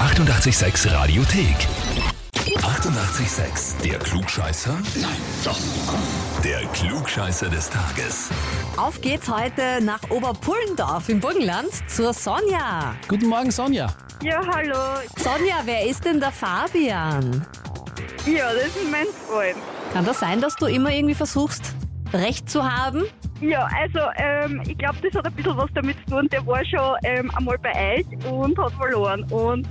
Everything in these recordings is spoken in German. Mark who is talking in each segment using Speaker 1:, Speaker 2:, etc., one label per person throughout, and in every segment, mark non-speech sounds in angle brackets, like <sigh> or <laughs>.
Speaker 1: 886 Radiothek. 88,6. Der Klugscheißer? Nein, doch. Der Klugscheißer des Tages.
Speaker 2: Auf geht's heute nach Oberpullendorf im Burgenland zur Sonja.
Speaker 3: Guten Morgen, Sonja.
Speaker 4: Ja, hallo.
Speaker 2: Sonja, wer ist denn der Fabian?
Speaker 4: Ja, das ist mein Freund.
Speaker 2: Kann das sein, dass du immer irgendwie versuchst, Recht zu haben?
Speaker 4: Ja, also ähm, ich glaube, das hat ein bisschen was damit zu tun. Der war schon ähm, einmal bei euch und hat verloren. Und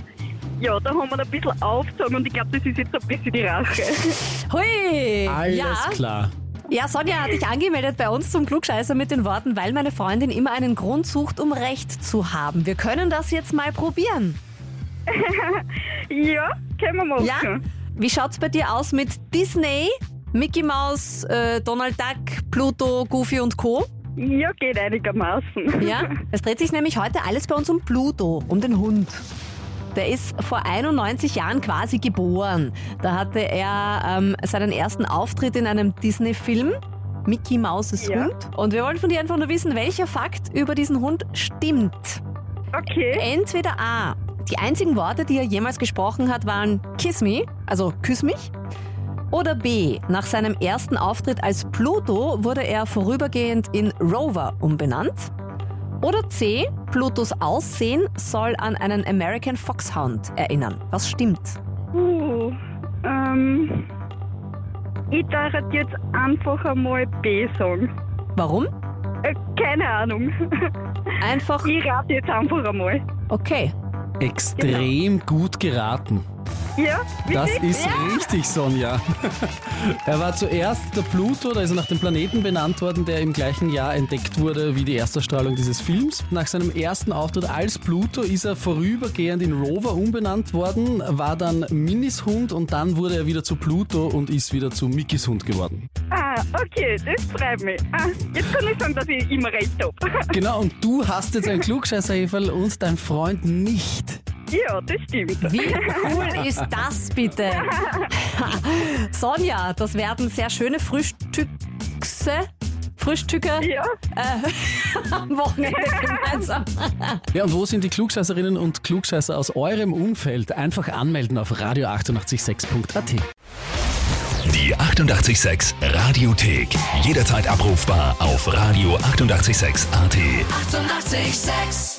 Speaker 4: ja, da haben wir ihn ein bisschen aufgezogen und ich glaube, das ist jetzt ein bisschen die Rache. <laughs>
Speaker 2: Hui!
Speaker 3: Alles
Speaker 2: ja.
Speaker 3: klar.
Speaker 2: ja, Sonja hat dich angemeldet bei uns zum Klugscheißer mit den Worten, weil meine Freundin immer einen Grund sucht, um Recht zu haben. Wir können das jetzt mal probieren.
Speaker 4: Ja, können wir machen.
Speaker 2: Ja? Wie schaut's bei dir aus mit Disney, Mickey Mouse, äh, Donald Duck, Pluto, Goofy und Co.?
Speaker 4: Ja, geht einigermaßen.
Speaker 2: Ja, es dreht sich nämlich heute alles bei uns um Pluto, um den Hund. Der ist vor 91 Jahren quasi geboren. Da hatte er ähm, seinen ersten Auftritt in einem Disney-Film. Mickey Mauses
Speaker 4: Ja.
Speaker 2: Hund. Und wir wollen von dir einfach nur wissen, welcher Fakt über diesen Hund stimmt.
Speaker 4: Okay.
Speaker 2: Entweder A. Die einzigen Worte, die er jemals gesprochen hat, waren Kiss me, also küss mich. Oder B. Nach seinem ersten Auftritt als Pluto wurde er vorübergehend in Rover umbenannt. Oder C. Plutos Aussehen soll an einen American Foxhound erinnern. Was stimmt?
Speaker 4: Uh, ähm, ich darf jetzt einfach einmal B sagen.
Speaker 2: Warum?
Speaker 4: Äh, keine Ahnung. <laughs>
Speaker 2: Einfach.
Speaker 4: Ich rate jetzt einfach einmal.
Speaker 2: Okay.
Speaker 3: Extrem gut geraten.
Speaker 4: Ja,
Speaker 3: Genau. Das
Speaker 4: wirklich?
Speaker 3: ist richtig, Sonja. <laughs> er war zuerst der Pluto, da ist er nach dem Planeten benannt worden, der im gleichen Jahr entdeckt wurde wie die Ersterstrahlung dieses Films. Nach seinem ersten Auftritt als Pluto ist er vorübergehend in Rover umbenannt worden, war dann Minis Hund und dann wurde er wieder zu Pluto und ist wieder zu Mickeys Hund geworden.
Speaker 4: Ah, okay, das freut mich. Ah, jetzt kann ich sagen, dass ich immer recht habe.
Speaker 3: Genau, und du hast jetzt ein Klugscheißerheferl und dein Freund nicht.
Speaker 4: <laughs> Ja, das stimmt.
Speaker 2: Wie cool ist das bitte? <laughs> Sonja, das werden sehr schöne Frühstückse. Frühstücke
Speaker 4: Ja,
Speaker 2: am Wochenende gemeinsam.
Speaker 3: Ja, und wo sind die Klugscheißerinnen und Klugscheißer aus eurem Umfeld? Einfach anmelden auf radio886.at.
Speaker 1: Die 88,6 Radiothek. Jederzeit abrufbar auf radio886.at. 88,6.
Speaker 2: Sex.